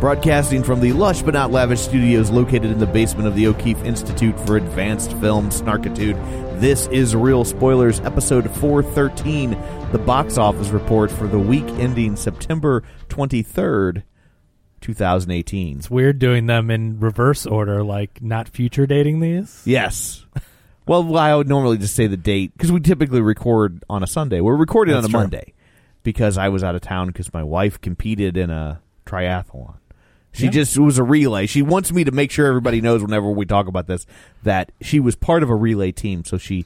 Broadcasting from the lush but not lavish studios located in the basement of the O'Keefe Institute for Advanced Film Snarkitude, this is Real Spoilers, episode 413, the box office report for the week ending September 23rd, 2018. It's weird doing them in reverse order, like not future dating these. Yes. Well, I would normally just say the date because we typically record on a Sunday. We're recording on That's a true. Monday because I was out of town because my wife competed in a triathlon. She just it was a relay. She wants me to make sure everybody knows whenever we talk about this that she was part of a relay team. So she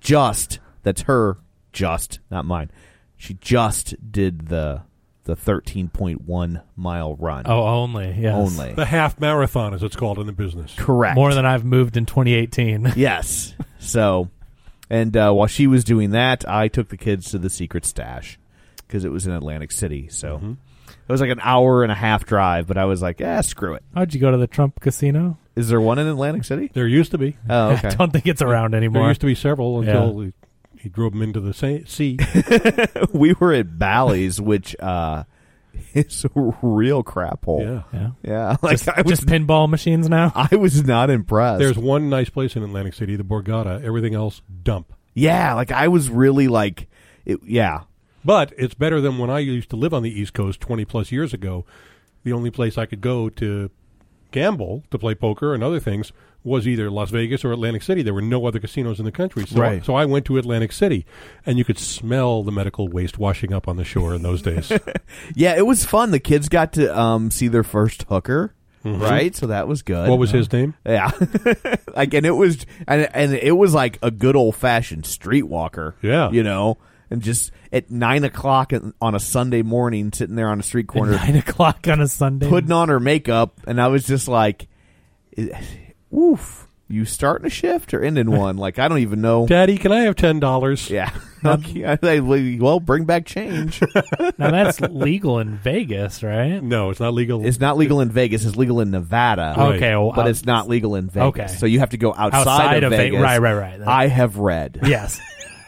just that's her just not mine. She just did the the thirteen point one mile run Oh, only yes. only The half marathon is what's called in the business. correct More than I've moved in 2018. Yes. So, and uh, while she was doing that, I took the kids to the secret stash because it was in Atlantic City. So it was like an hour and a half drive, but I was like, ah, screw it. How'd you go to the Trump Casino? Is there one in Atlantic City? There used to be. Oh, I okay. don't think it's around There anymore. used to be several Yeah. until he, he drove them into the sa- sea. we were at Bally's, which uh, is a real crap hole. yeah. yeah. Yeah, like I was, Just pinball machines now. I was not impressed. There's one nice place in Atlantic City, the Borgata. Everything else, dump. yeah, like I was really like, it, yeah, But it's better than when I used to live on the East Coast 20 plus years ago. The only place I could go to gamble, to play poker and other things, was either Las Vegas or Atlantic City. There were no other casinos in the country. So, Right. so I went to Atlantic City, and you could smell the medical waste washing up on the shore in those days. yeah. It was fun. The kids got to um, see their first hooker, right? So that was good. what was his name? Yeah, like and it was and and it was like a good old fashioned streetwalker. Yeah. you know, and just at nine o'clock in- on a Sunday morning, sitting there on a street At corner, Nine o'clock on a Sunday. putting on her makeup, and I was just like, "Woof, you starting a shift or ending one?" Like I don't even know. Daddy, can I have $10? Yeah, Okay, I- I- well, bring back change. now that's legal in Vegas, right? No, it's not legal. it's not legal in Vegas. It's legal in Nevada. Right. Okay, well, But uh, it's not legal in Vegas, Okay. so you have to go outside, Outside of, of Ve- Vegas. right, right, right. I have read, Yes,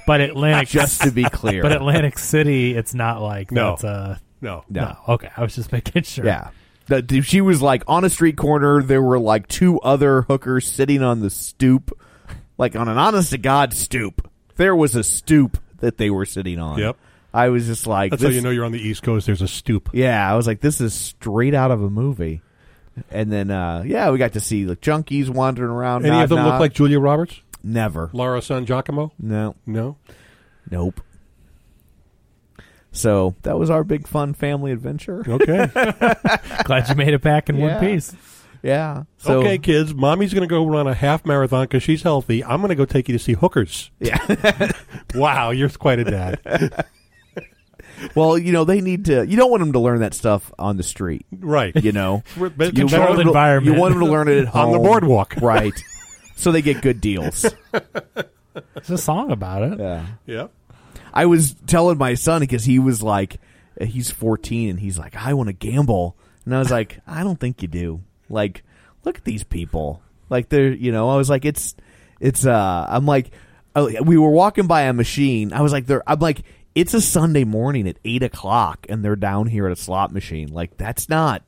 but Atlantic. just to be clear. but Atlantic City, it's not like No. that's a. no. No. Okay, I was just making sure. Yeah. The, the- she was like on a street corner. There were like two other hookers sitting on the stoop, like on an honest to God stoop. There was a stoop that they were sitting on. Yep. I was just like, That's how this- you know you're on the East Coast. There's a stoop. yeah, I was like, this is straight out of a movie. And then, uh, yeah, we got to see like junkies wandering around. Any nod, of them nod. look like Julia Roberts? never? Laura San Giacomo? No, No. nope. So that was our big fun family adventure. Okay. Glad you made it back in Yeah. one piece. Yeah. So, okay, kids. Mommy's going to go run a half marathon because she's healthy. I'm going to go take you to see hookers. Yeah. Wow, you're quite a dad. Well, you know, they need to. You don't want them to learn that stuff on the street. right. You know, We're- but you controlled want 'em to- environment. You want them to learn it at home On the boardwalk. right? So they get good deals. There's a song about it. Yeah. Yep. I was telling my son because he was like, he's 14 and he's like, I want to gamble, and I was like, I don't think you do. Like, look at these people. Like they're you know, I was like, it's it's uh I'm like oh, we were walking by a machine. I was like they're I'm like, it's a Sunday morning at eight o'clock and they're down here at a slot machine. Like that's not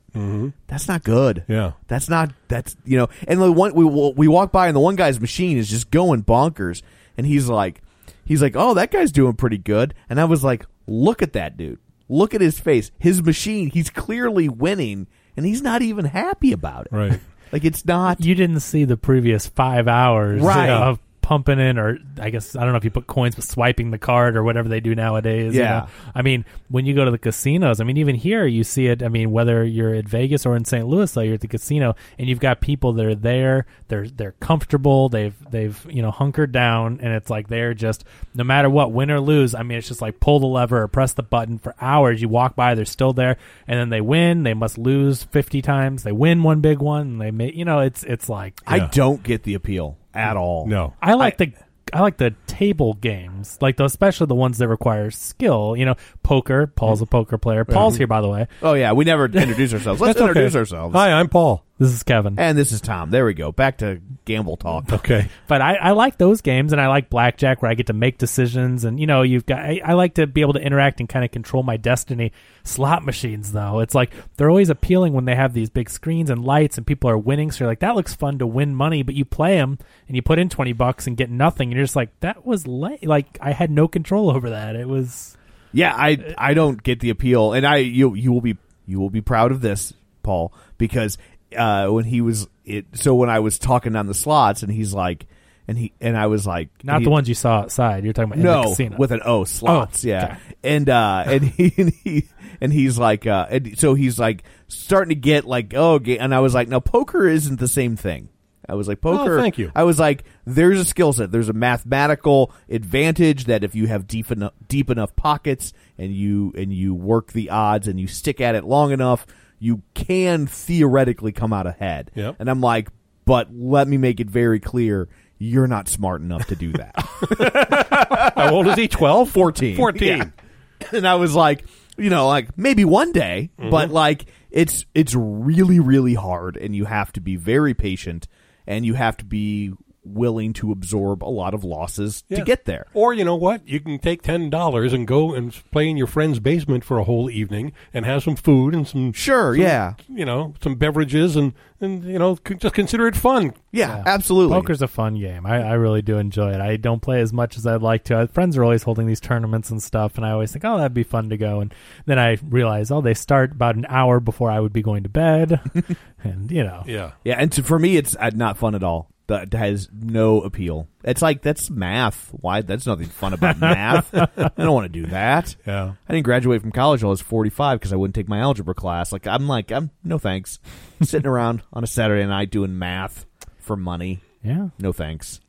that's not good. Yeah. That's not that's you know. And the one we we walk by and the one guy's machine is just going bonkers, and he's like, he's like, oh, that guy's doing pretty good. And I was like, look at that dude. Look at his face. His machine. He's clearly winning, and he's not even happy about it. Right. like it's not. You didn't see the previous five hours Right. of pumping in, or I guess I don't know if you put coins, but swiping the card or whatever they do nowadays. you Yeah. know? I mean, when you go to the casinos, I mean, even here you see it. I mean, whether you're at Vegas or in St. Louis, though, you're at the casino and you've got people that are there. They're they're comfortable. They've they've you know hunkered down, and it's like they're just no matter what, win or lose. I mean, it's just like pull the lever or press the button for hours. You walk by, they're still there, and then they win. They must lose fifty times. They win one big one. And they make you know it's it's like I don't get the appeal at all. No. I like the I like the table games, like the, especially the ones that require skill. You know, poker. Paul's a poker player. Paul's here, by the way. Oh yeah, we never introduce ourselves. Let's That's okay. introduce ourselves. Hi, I'm Paul. This is Kevin. And this is Tom. There we go. Back to gamble talk. Okay. But I, I like those games, and I like blackjack where I get to make decisions, and you know, you've got. I, I like to be able to interact and kind of control my destiny. Slot machines, though, it's like they're always appealing when they have these big screens and lights, and people are winning. So you're like, that looks fun to win money, but you play them and you put in twenty bucks and get nothing, and you're just like, that was la-. like I had no control over that. It was Yeah, Uh, I I don't get the appeal, and I you you will be you will be proud of this, Paul, because uh, when he was it, so when I was talking on the slots, and he's like, and he and I was like, not he- the ones you saw outside. You're talking about in the no casino. with an O slots, Oh, yeah, okay. and uh, and he and he and he's like, uh, and so he's like starting to get like oh, ga- and I was like, no, poker isn't the same thing. I was like Oh, poker. thank you. I was like, there's a skill set. There's a mathematical advantage that if you have deep enough deep enough pockets and you and you work the odds and you stick at it long enough, you can theoretically come out ahead. Yep. And I'm like, but let me make it very clear, you're not smart enough to do that. How old is he? 12? 14. 14. Yeah. And I was like, you know, like maybe one day, but like it's it's really really hard and you have to be very patient and you have to be willing to absorb a lot of losses Yeah. to get there. Or you know what? You can take ten dollars and go and play in your friend's basement for a whole evening and have some food and some Sure, some, yeah. you know some beverages and and you know c- just consider it fun. Yeah, absolutely. Poker's a fun game. I, I really do enjoy it. I don't play as much as I'd like to. Uh, Friends are always holding these tournaments and stuff, and I always think, oh, that'd be fun to go. And then I realize, oh, they start about an hour before I would be going to bed, and you know, Yeah, Yeah, and to, for me it's uh, not fun at all. That has no appeal. It's like that's math. Why? That's nothing fun about math. I don't want to do that. Yeah. I didn't graduate from college till I was forty five because I wouldn't take my algebra class. Like I'm like I'm no thanks. Sitting around on a Saturday night doing math for money. yeah. No thanks.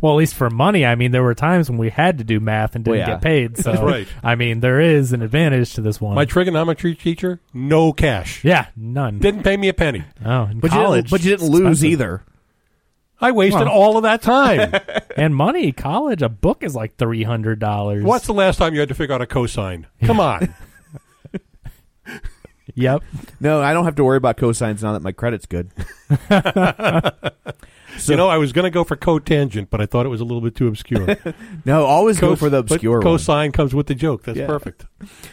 Well, at least for money, I mean, there were times when we had to do math and didn't Well, yeah. get paid. So, right. I mean, there is an advantage to this one. my trigonometry teacher, no cash, yeah, none. didn't pay me a penny. oh, in But you college, didn't, but you didn't it's lose expensive. either. I wasted Well. all of that time. and money. College, a book is like three hundred dollars. What's the last time you had to figure out a cosine? Come on. Yep. No, I don't have to worry about cosines now that my credit's good. you know, I was going to go for cotangent, but I thought it was a little bit too obscure. No, always go for the Cos- but obscure one. Cosine comes with the joke. That's Yeah. perfect.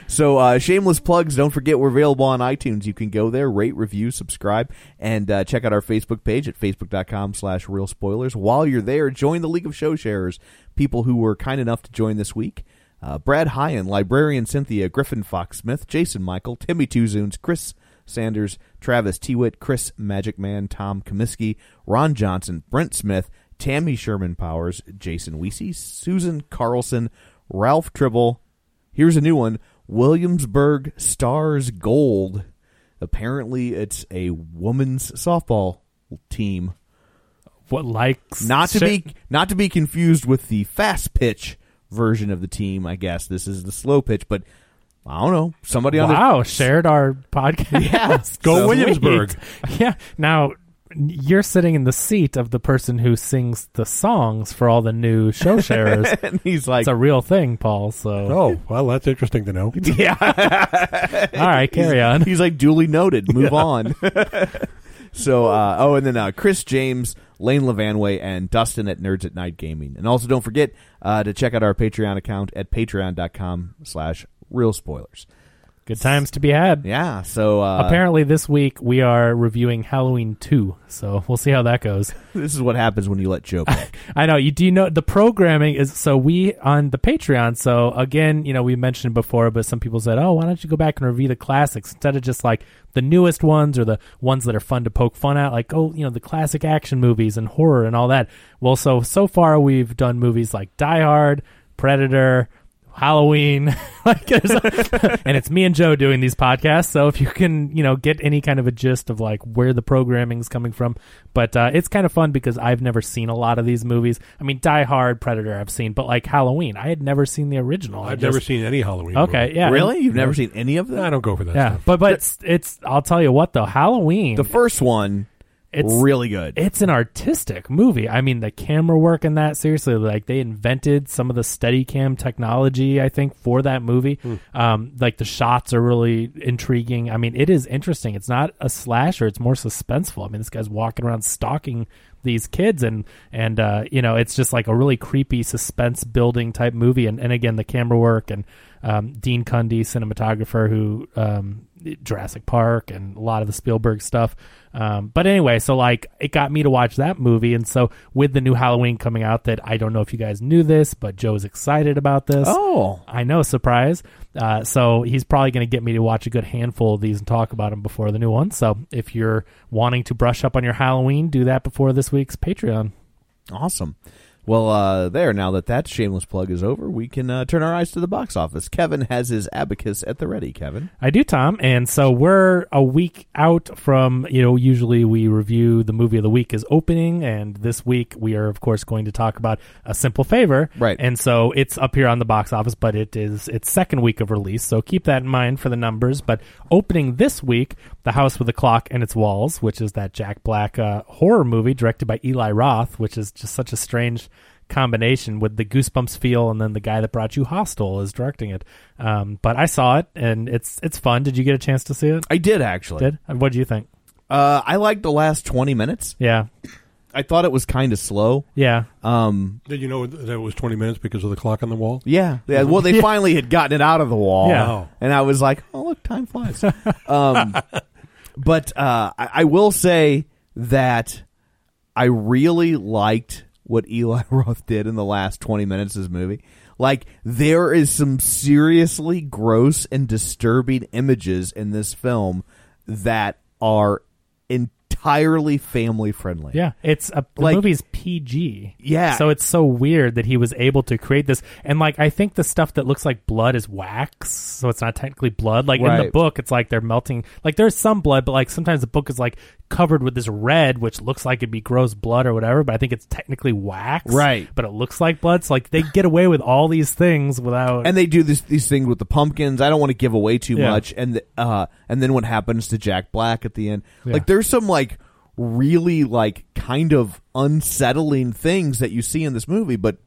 So, uh, shameless plugs. Don't forget, we're available on iTunes. You can go there, rate, review, subscribe, and uh, check out our Facebook page at facebook.com slash real spoilers. While you're there, join the League of Show Sharers, people who were kind enough to join this week. Uh, Brad Hyan, Librarian Cynthia, Griffin Fox Smith, Jason Michael, Timmy Two Tuzoons, Chris Sanders, Travis Tewitt, Chris Magic Man, Tom Comiskey, Ron Johnson, Brent Smith, Tammy Sherman Powers, Jason Weesey, Susan Carlson, Ralph Tribble, Here's a new one Williamsburg Stars Gold. Apparently, it's a women's softball team. What likes Not to shit- be not to be confused with the fast pitch version of the team, I guess. This is the slow pitch, but I don't know. Somebody on wow, the shared our podcast. Yeah. Go Sweet. Williamsburg. Yeah. Now you're sitting in the seat of the person who sings the songs for all the new show sharers. and he's like it's a real thing, Paul. So Oh, well, that's interesting to know. Yeah. all right, carry on. He's like duly noted. Move on. So, uh, oh, and then uh, Chris James, Lane Levanway, and Dustin at Nerds at Night Gaming. And also, don't forget uh, to check out our Patreon account at patreon.com slash real spoilers. Good times to be had. Yeah, so uh, Apparently, this week we are reviewing Halloween 2, so we'll see how that goes. this is what happens when you let Joe pick. I know you do you know the programming is so we on the Patreon. So again, you know we mentioned before, but some people said, "Oh, why don't you go back and review the classics instead of just like the newest ones or the ones that are fun to poke fun at?" Like, oh, you know, the classic action movies and horror and all that. Well, so so far we've done movies like Die Hard, Predator. Halloween, like, there's a- and it's me and Joe doing these podcasts. So if you can, you know, get any kind of a gist of like where the programming's coming from, but uh, it's kind of fun because I've never seen a lot of these movies. I mean, Die Hard, Predator, I've seen, but like Halloween, I had never seen the original. I I've just- never seen any Halloween. Okay, movie. yeah, really? You've never seen any of I that? don't go for that. yeah, stuff. but but it's, it's I'll tell you what though, Halloween, The first one, it's really good. it's an artistic movie. I mean, the camera work in that seriously, like they invented some of the Steadicam technology. I think for that movie, um, like the shots are really intriguing. I mean, it is interesting. It's not a slasher; it's more suspenseful. I mean, this guy's walking around stalking these kids, and and uh, you know, it's just like a really creepy suspense building type movie. And and again, the camera work and um, Dean Cundy, cinematographer who um, Jurassic Park and a lot of the Spielberg stuff. Um, but anyway, so like it got me to watch that movie, and so with the new Halloween coming out, that I don't know if you guys knew this, but Joe's excited about this. oh. I know, surprise. Uh, so he's probably going to get me to watch a good handful of these and talk about them before the new one. So if you're wanting to brush up on your Halloween, do that before this week's Patreon. Awesome. Well, uh, there, now that that shameless plug is over, we can uh, turn our eyes to the box office. Kevin has his abacus at the ready, Kevin. I do, Tom. And so we're a week out from, you know, usually we review the movie of the week is opening. And this week we are, of course, going to talk about A Simple Favor. Right. And so it's up here on the box office, but it is its second week of release. So keep that in mind for the numbers. But opening this week, The House with the Clock and Its Walls, which is that Jack Black uh, horror movie directed by Eli Roth, which is just such a strange combination with the goosebumps feel and then the guy that brought you hostile is directing it um, but i saw it and it's it's fun did you get a chance to see it I did, actually. did what do you think Uh, I liked the last 20 minutes. yeah I thought it was kind of slow. yeah Um, Did you know that it was 20 minutes because of the clock on the wall? yeah. yeah well, they finally had gotten it out of the wall. Yeah. Wow. And I was like, oh, look, time flies. um, but uh, I, I will say that I really liked what Eli Roth did in the last 20 minutes of his movie. Like, there is some seriously gross and disturbing images in this film that are entirely family friendly. yeah it's a the Like- movie's pg Yeah. so it's so weird that he was able to create this and like i think the stuff that looks like blood is wax so it's not technically blood like in the Right. book it's like they're melting like there's some blood but like sometimes the book is like covered with this red which looks like it'd be gross blood or whatever but i think it's technically wax Right. but it looks like blood so like they get away with all these things without and they do this, these things with the pumpkins. I don't want to give away too Yeah. much. And the, uh, and then what happens to Jack Black at the end? Yeah. Like there's some like really like kind of unsettling things that you see in this movie, but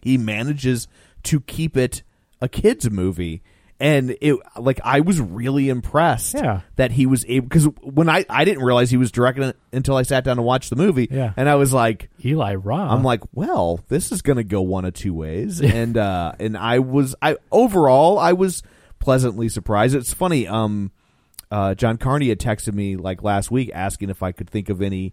he manages to keep it a kids movie. And it like I was really impressed Yeah. that he was able because when I I didn't realize he was directing it until I sat down to watch the movie Yeah. and I was like eli roth I'm like, well, this is going to go one of two ways, and uh, and I was I overall I was pleasantly surprised. It's funny, um, uh, John Carney had texted me like last week asking if I could think of any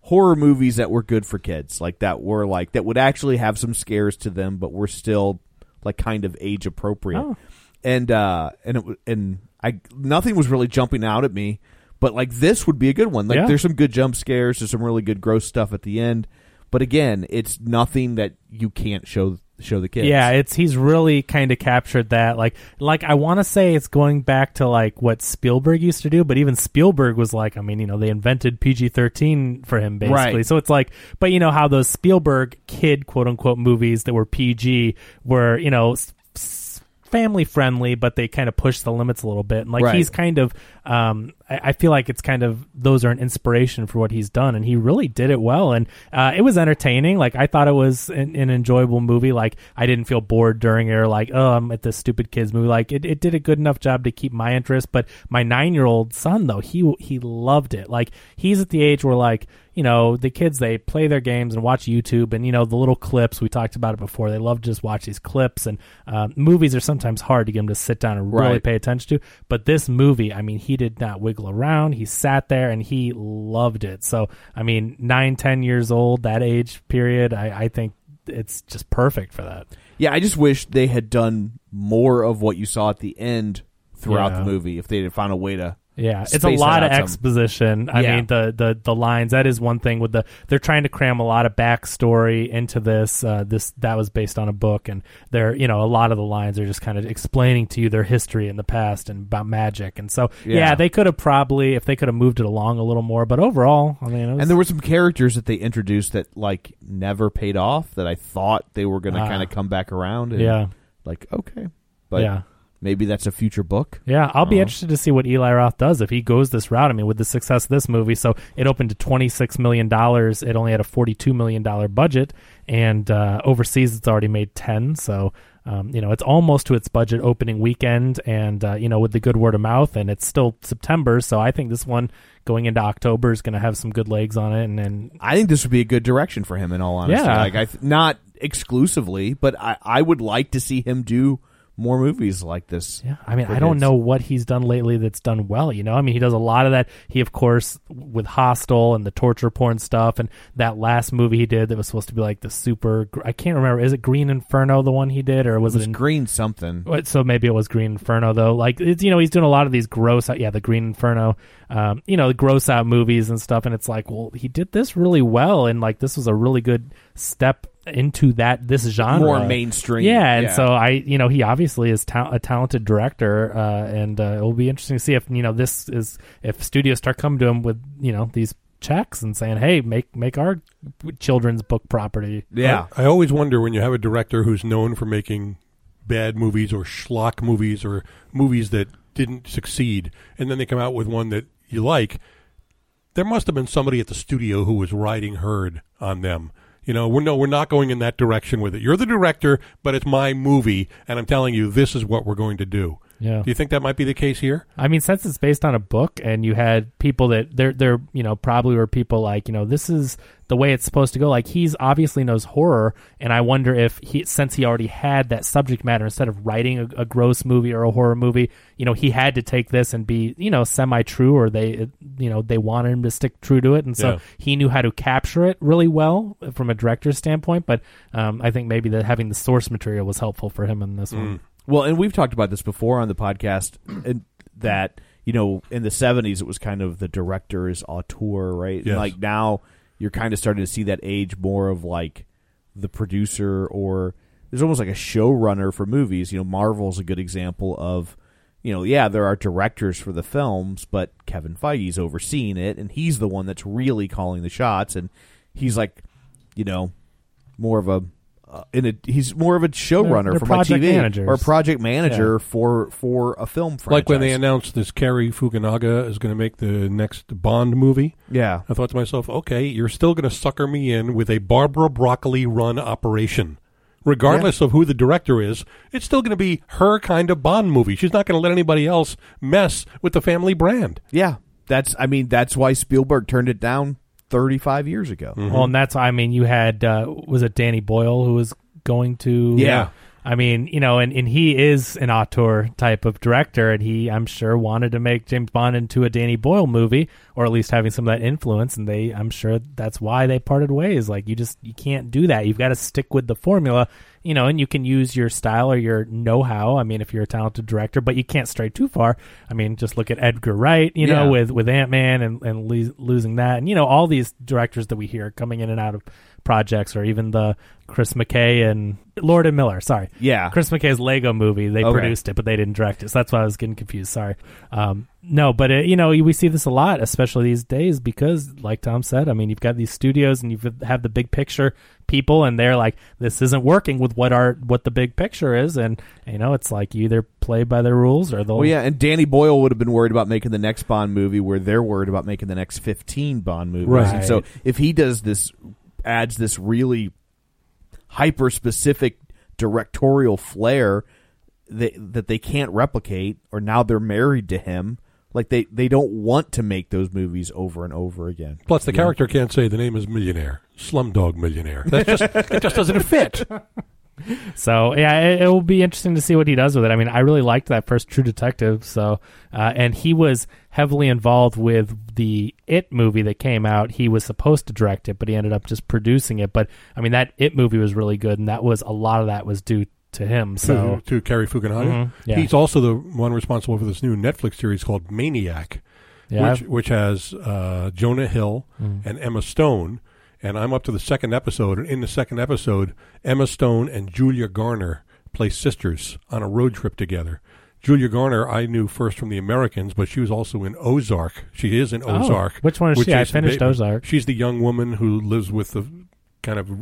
horror movies that were good for kids, like that were like that would actually have some scares to them, but were still like kind of age appropriate. Oh. And uh, and it w- and I nothing was really jumping out at me, but like this would be a good one. Like Yeah. there's some good jump scares, there's some really good gross stuff at the end, but again, it's nothing that you can't show show the kids. Yeah, it's he's really kind of captured that. Like, like I want to say it's going back to like what Spielberg used to do, but even Spielberg was like, I mean, you know, they invented PG thirteen for him basically. Right. So it's like, but you know how those Spielberg kid quote unquote movies that were PG were you know. s- s- family friendly, but they kind of push the limits a little bit. And like Right. he's kind of, um, I, I feel like it's kind of those are an inspiration for what he's done, and he really did it well. And uh, it was entertaining. Like I thought it was an, an enjoyable movie. Like I didn't feel bored during it, or like oh I'm at this stupid kids movie. Like it, it did a good enough job to keep my interest. But my nine year old son though he he loved it. Like he's at the age where like you know the kids they play their games and watch youtube and you know the little clips we talked about it before they love to just watch these clips and uh, movies are sometimes hard to get them to sit down and really Right. pay attention to but this movie i mean he did not wiggle around he sat there and he loved it so i mean nine ten years old that age period i, I think it's just perfect for that Yeah, I just wish they had done more of what you saw at the end throughout Yeah. the movie. If they had found a way to, Yeah, it's a space lot of that out some. exposition. I Yeah. mean, the, the the lines. That is one thing with the they're trying to cram a lot of backstory into this. Uh, this that was based on a book, and they're you know a lot of the lines are just kind of explaining to you their history in the past and about magic. And so yeah, Yeah. they could have probably if they could have moved it along a little more. But overall, I mean, it was, and there were some characters that they introduced that like never paid off. That I thought they were going to Ah. kind of come back around. And, yeah, like okay, but yeah. maybe that's a future book. Yeah, I'll be Uh-huh. interested to see what Eli Roth does if he goes this route. I mean, with the success of this movie, so it opened to twenty six million dollars. It only had a forty two million dollar budget, and uh, overseas it's already made ten. So um, you know, it's almost to its budget opening weekend, and uh, you know, with the good word of mouth, and it's still September. So I think this one going into October is going to have some good legs on it, and, and I think this would be a good direction for him. In all honesty, Yeah. like I th- not exclusively, but I I would like to see him do more movies like this. Yeah, I mean, for I don't kids. know what he's done lately that's done well. You know, I mean, he does a lot of that. He, of course, with Hostel and the torture porn stuff, and that last movie he did that was supposed to be like the super. gr- I can't remember. Is it Green Inferno the one he did, or was It it, was in, Green something. what- So maybe it was Green Inferno though. Like it's you know he's doing a lot of these gross out. Yeah, the Green Inferno. Um, you know the gross out movies and stuff. And it's like, well, he did this really well, and like this was a really good step into that this genre More mainstream. yeah, and Yeah. so I, you know, he obviously is ta- a talented director, uh, and uh, it will be interesting to see if you know this is if studios start coming to him with you know these checks and saying, hey, make make our children's book property. Yeah, I always wonder when you have a director who's known for making bad movies or schlock movies or movies that didn't succeed, and then they come out with one that you like. There must have been somebody at the studio who was riding herd on them. You know, we're no, we're not going in that direction with it. You're the director, but it's my movie, and I'm telling you, this is what we're going to do. Yeah. Do you think that might be the case here? I mean, since it's based on a book, and you had people that they're they're you know probably were people like you know this is the way it's supposed to go. Like he's obviously knows horror, and I wonder if he since he already had that subject matter instead of writing a, a gross movie or a horror movie, you know he had to take this and be you know semi true, or they you know they wanted him to stick true to it, and so Yeah. he knew how to capture it really well from a director's standpoint. But um, I think maybe that having the source material was helpful for him in this one. Well, and we've talked about this before on the podcast and that you know in the '70s it was kind of the director is auteur, right? And, Yes. Like now you're kind of starting to see that age more of like the producer or there's almost like a showrunner for movies. You know, Marvel's a good example of you know, yeah, there are directors for the films, but Kevin Feige's overseeing it, and he's the one that's really calling the shots, and he's like, you know, more of a. Uh, in a, he's more of a showrunner they're for my project TV managers. or a project manager for for a film franchise. Like when they announced this Cary Fukunaga is going to make the next Bond movie. yeah, I thought to myself, okay, you're still going to sucker me in with a Barbara Broccoli run operation. Regardless of who the director is, it's still going to be her kind of Bond movie. She's not going to let anybody else mess with the family brand. yeah. That's I mean that's why Spielberg turned it down 35 years ago. Mm-hmm. Well, and that's I mean, you had uh, was it Danny Boyle who was going to Yeah. I mean, you know, and, and he is an auteur type of director, and he, I'm sure, wanted to make James Bond into a Danny Boyle movie, or at least having some of that influence. And they, I'm sure, that's why they parted ways. Like, you just you can't do that. You've got to stick with the formula, you know, and you can use your style or your know-how. I mean, if you're a talented director, but you can't stray too far. I mean, just look at Edgar Wright, you know, Yeah. with with Ant Man and and le- losing that, and you know, all these directors that we hear coming in and out of projects or even the Chris McKay and Lord and Miller. Sorry, Yeah. Chris McKay's Lego movie. They Okay. produced it, but they didn't direct it. So that's why I was getting confused. Sorry. Um, no, but it, you know we see this a lot, especially these days, because like Tom said, I mean you've got these studios and you have the big picture people, and they're like, this isn't working with what our what the big picture is, and you know it's like you either play by the rules or they'll Well, Oh, yeah, and Danny Boyle would have been worried about making the next Bond movie, where they're worried about making the next fifteen Bond movies. And Right. so, if he does this, adds this really hyper specific directorial flair that that they can't replicate, or now they're married to him. Like they they don't want to make those movies over and over again. Plus, the You know? character can't say the name is Millionaire, Slumdog Millionaire. That's just it just doesn't fit. So yeah, it, it will be interesting to see what he does with it. I mean, I really liked that first True Detective. So, uh, and he was heavily involved with the It movie that came out. He was supposed to direct it, but he ended up just producing it. But I mean, that It movie was really good, and that was a lot of that was due to him. So Mm-hmm. to, to Cary Fukunaga, Mhm, Mm-hmm. yeah. he's also the one responsible for this new Netflix series called Maniac, yeah, Mm-hmm. which which has uh, Jonah Hill and Emma Stone. And I'm up to the second episode. And in the second episode, Emma Stone and Julia Garner play sisters on a road trip together. Julia Garner, I knew first from The Americans, but she was also in Ozark. She is in Oh, Ozark. which one is with she? I Jason finished Bateman. Ozark. She's the young woman who lives with the kind of uh,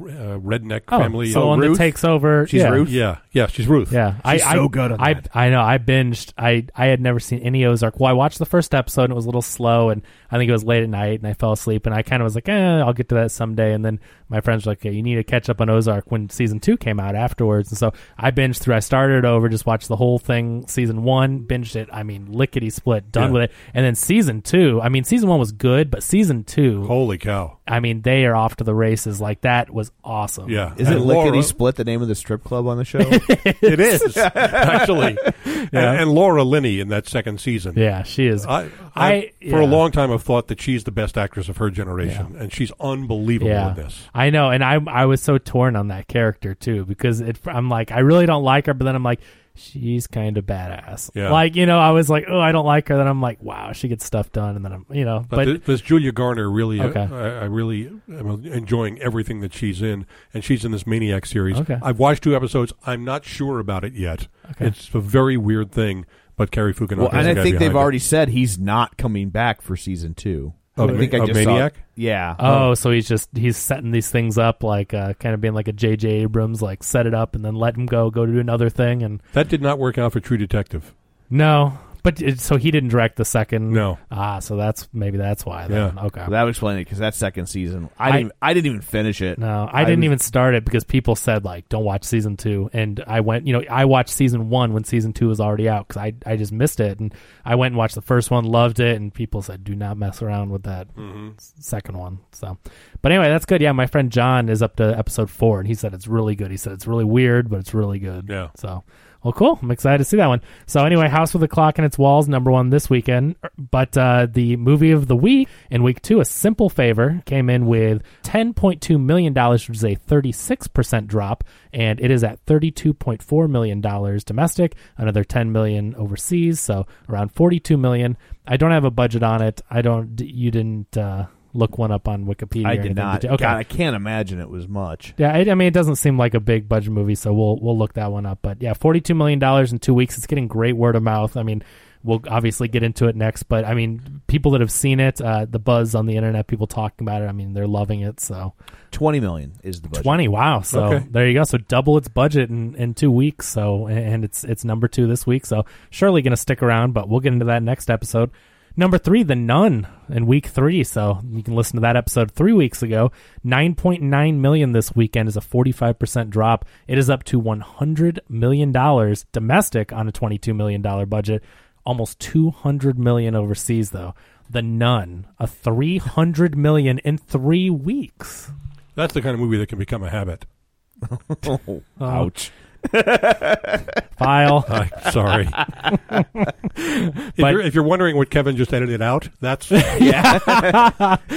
redneck oh, family. uh, so the one Ruth? that takes over. She's yeah. Ruth? Yeah, yeah, she's Ruth. Yeah, She's I, so I, good on I, that. I know. I binged. I I had never seen any Ozark. Well, I watched the first episode and it was a little slow, and I think it was late at night, and I fell asleep, and I kind of was like, eh, I'll get to that someday. And then my friends were like, yeah, you need to catch up on Ozark when season two came out afterwards, and so I binged through. I started it over, just watched the whole thing, season one, binged it. I mean, lickety split, done Yeah. with it. And then season two. I mean, season one was good, but season two. Holy cow! I mean, they are off to the races. Like that was awesome. Yeah, Is And it Lickety Laura- Split the name of the strip club on the show? It is actually, and, and Laura Linney in that second season. yeah, she is. I, I, I- for a yeah. long time I've thought that she's the best actress of her generation, and she's unbelievable in this. I know, and I I was so torn on that character too because it, I'm like I really don't like her, but then I'm like she's kind of badass. Yeah. Like you know, I was like oh I don't like her, then I'm like wow she gets stuff done, and then I'm you know But, but, thi- this Julia Garner really, uh, Okay. I, I really am enjoying everything that she's in, and she's in this Maniac series. Okay. I've watched two episodes. I'm not sure about it yet. Okay. It's a very weird thing, but Carrie Fukunaga. Well, is and the I guy think they've behind it. already said he's not coming back for season two. Of I think Ma- I of just saw- Maniac? yeah. oh so he's just he's setting these things up like uh, kind of being like a J.J. Abrams like set it up and then let him go go to another thing and that did not work out for True Detective. no but it, so he didn't direct the second No. ah so that's maybe that's why then. Yeah. okay That would explain it because that second season, I, I- didn't, I didn't even finish it. No, I, didn't was- even start it because people said like, "Don't watch season two. and I went. You know, I watched season one when season two was already out because I I just missed it, and I went and watched the first one, loved it, and people said, "Do not mess around with that s- second one." So, but anyway, that's good. Yeah, my friend John is up to episode four, and he said it's really good. He said it's really weird, but it's really good. Yeah. So. Well, cool. I'm excited to see that one. So, anyway, House with a Clock and Its Walls, number one this weekend. But uh, the movie of the week in week two, A Simple Favor, came in with $10.2 million, which is a 36% drop. And it is at $32.4 million domestic, another $10 million overseas. So, around $42 million. I don't have a budget on it. I don't, you didn't uh, look one up on Wikipedia. or I anything, did not. you? Okay. God, I can't imagine it was much. Yeah, I, I mean, it doesn't seem like a big budget movie, so we'll we'll look that one up. But yeah, forty two million dollars in two weeks. It's getting great word of mouth. I mean, we'll obviously get into it next, but I mean, people that have seen it, uh, the buzz on the internet, people talking about it. I mean, they're loving it. So Twenty million is the budget. twenty, wow. So Okay. there you go. So double its budget in, in two weeks. So and- and it's it's number two this week. So surely going to stick around, but we'll get into that next episode. Number three, The Nun in week three. So you can listen to that episode three weeks ago. 9.9 million this weekend is a 45% drop. It is up to $100 million domestic on a $22 million budget, almost 200 million overseas though. The Nun, a 300 million in three weeks. That's the kind of movie that can become a habit. Oh, Oh. Ouch. File. I'm sorry. if, But- you're, if you're wondering what Kevin just edited out, that's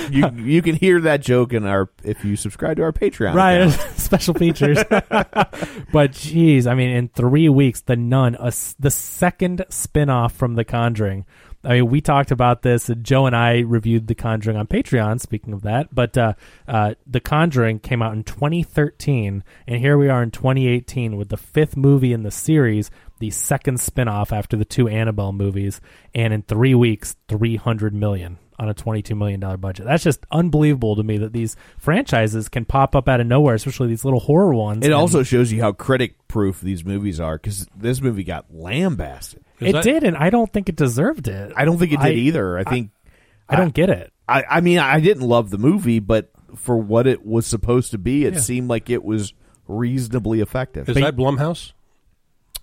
you you can hear that joke in our if you subscribe to our Patreon. right account. special features but jeez i mean in three weeks the nun a s the second spin-off from the conjuring I mean, we talked about this. and Joe and I reviewed The Conjuring on Patreon. Speaking of that, but uh, uh, The Conjuring came out in 2013, and here we are in 2018 with the fifth movie in the series, the second spin-off after the two Annabelle movies, and in three weeks, 300 million on a 22 million dollar budget. That's just unbelievable to me that these franchises can pop up out of nowhere, especially these little horror ones. It and- also shows you how critic proof these movies are because this movie got lambasted. it that- did, and I don't think it deserved it. I don't think it did either. I think I don't get it. I, I mean I didn't love the movie, but for what it was supposed to be, it seemed like it was reasonably effective. Is that Blumhouse?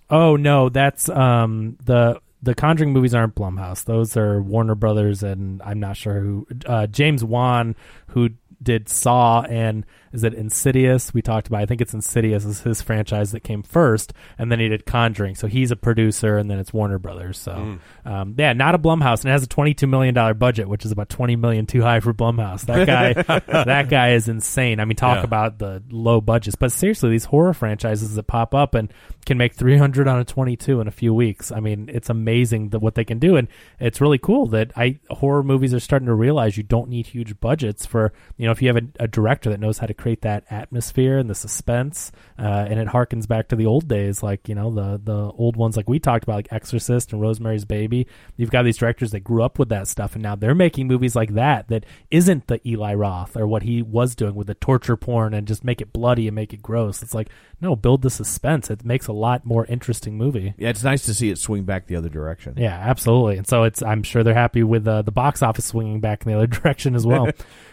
Oh no, that's um the the Conjuring movies aren't Blumhouse. Those are Warner Brothers, and I'm not sure who. Uh, James Wan, who did Saw and is it Insidious? We talked about. I think it's Insidious is his franchise that came first, and then he did Conjuring. So he's a producer, and then it's Warner Brothers. So Hmm. um, yeah, not a Blumhouse, and it has a 22 million dollar budget, which is about 20 million too high for Blumhouse. That guy, that guy is insane. I mean, talk Yeah. about about the low budgets, but seriously, these horror franchises that pop up and can make 300 on a 22 in a few weeks. I mean, it's amazing that what they can do, and it's really cool that I horror movies are starting to realize you don't need huge budgets for you know if you have a, a director that knows how to create that atmosphere and the suspense, uh, and it harkens back to the old days, like you know the the old ones like we talked about, like Exorcist and Rosemary's Baby. You've got these directors that grew up with that stuff, and now they're making movies like that that isn't the Eli Roth or what he was doing with the torture porn and just make it bloody and make it gross. It's like no, build the suspense. It makes a lot more interesting movie. Yeah, it's nice to see it swing back the other direction. Yeah, absolutely. And so it's I'm sure they're happy with uh, the box office swinging back in the other direction as well.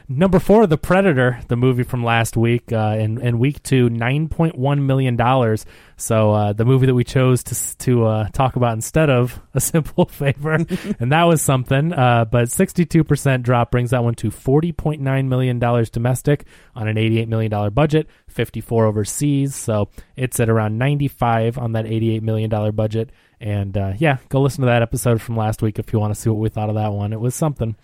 Number four, The Predator, the movie from last week, uh, in in week two, nine point one million dollars. So uh, the movie that we chose to s- to uh, talk about instead of A Simple Favor, and that was something. Uh, but sixty two percent drop brings that one to forty point nine million dollars domestic on an eighty eight million dollar budget, fifty four overseas. So it's at around ninety five on that eighty eight million dollar budget. And uh, yeah, go listen to that episode from last week if you want to see what we thought of that one. It was something.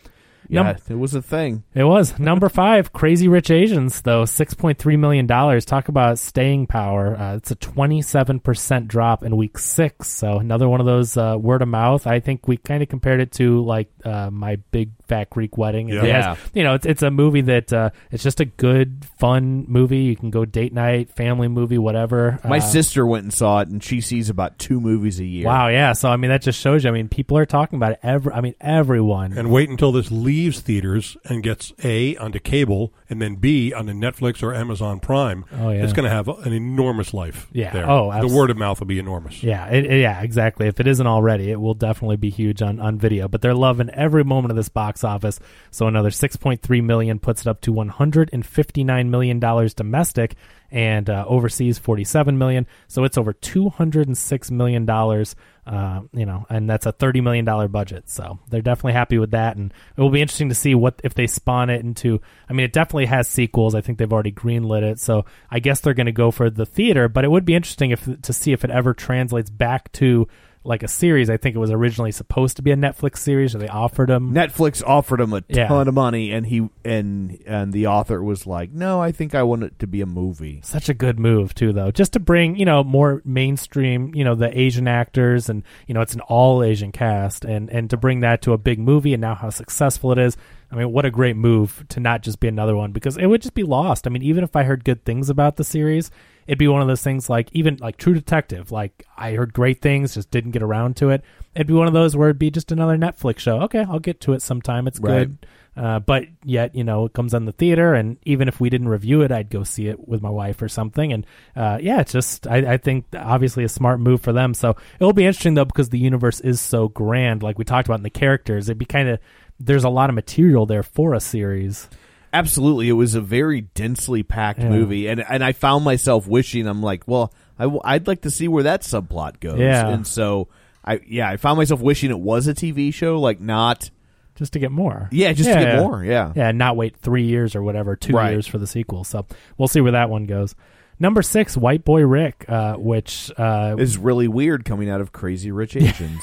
Yeah, Num- it was a thing. it was number five. Crazy Rich Asians, though six point three million dollars. Talk about staying power. Uh, it's a twenty seven percent drop in week six. So another one of those uh, word of mouth. I think we kind of compared it to like uh, my big fat Greek wedding. It Yeah. has- you know, it's it's a movie that uh, it's just a good fun movie. You can go date night, family movie, whatever. My Uh, sister went and saw it, and she sees about two movies a year. Wow, yeah. So I mean, that just shows you. I mean, people are talking about it. Every, I mean, everyone. And wait until this leaves theaters and gets A, onto cable, and then B, onto Netflix or Amazon Prime. Oh, yeah. It's going to have an enormous life Yeah. there. Oh, The abs- word of mouth will be enormous. Yeah, it, it- yeah, exactly. If it isn't already, it will definitely be huge on, on video. But they're loving every moment of this box office. So another six point three million puts it up to one hundred and fifty nine million dollars domestic, and uh, overseas forty seven million. So it's over two hundred and six million dollars. Uh, you know, and that's a thirty million dollar budget. So they're definitely happy with that, and it will be interesting to see what if they spawn it into. I mean, it definitely has sequels. I think they've already greenlit it, so I guess they're going to go for the theater. But it would be interesting if to see if it ever translates back to like a series. I think it was originally supposed to be a Netflix series, or they offered them. Netflix offered him a Yeah. ton of money, and he and and the author was like, "No, I think I want it to be a movie." Such a good move too, though, just to bring you know more mainstream, you know the Asian actors, and you know it's an all Asian cast, and and to bring that to a big movie, and now how successful it is. I mean, what a great move to not just be another one because it would just be lost. I mean, even if I heard good things about the series, it'd be one of those things like even like True Detective. Like I heard great things, just didn't get around to it. It'd be one of those where it'd be just another Netflix show. Okay, I'll get to it sometime. It's Right. good. Uh, but yet, you know, it comes on the theater, and even if we didn't review it, I'd go see it with my wife or something. And uh, yeah, it's just I, I think obviously a smart move for them. So it'll be interesting though because the universe is so grand, like we talked about in the characters. It'd be kind of there's a lot of material there for a series. Absolutely, it was a very densely packed Yeah. movie, and and I found myself wishing I'm like, well, I w- I'd like to see where that subplot goes. Yeah. and so I yeah, I found myself wishing it was a TV show, like not just to get more. Yeah, just to get more, yeah. Yeah, and not wait three years or whatever, two Right. years for the sequel. So we'll see where that one goes. Number six, White Boy Rick, uh, which uh, is really weird coming out of Crazy Rich Asians.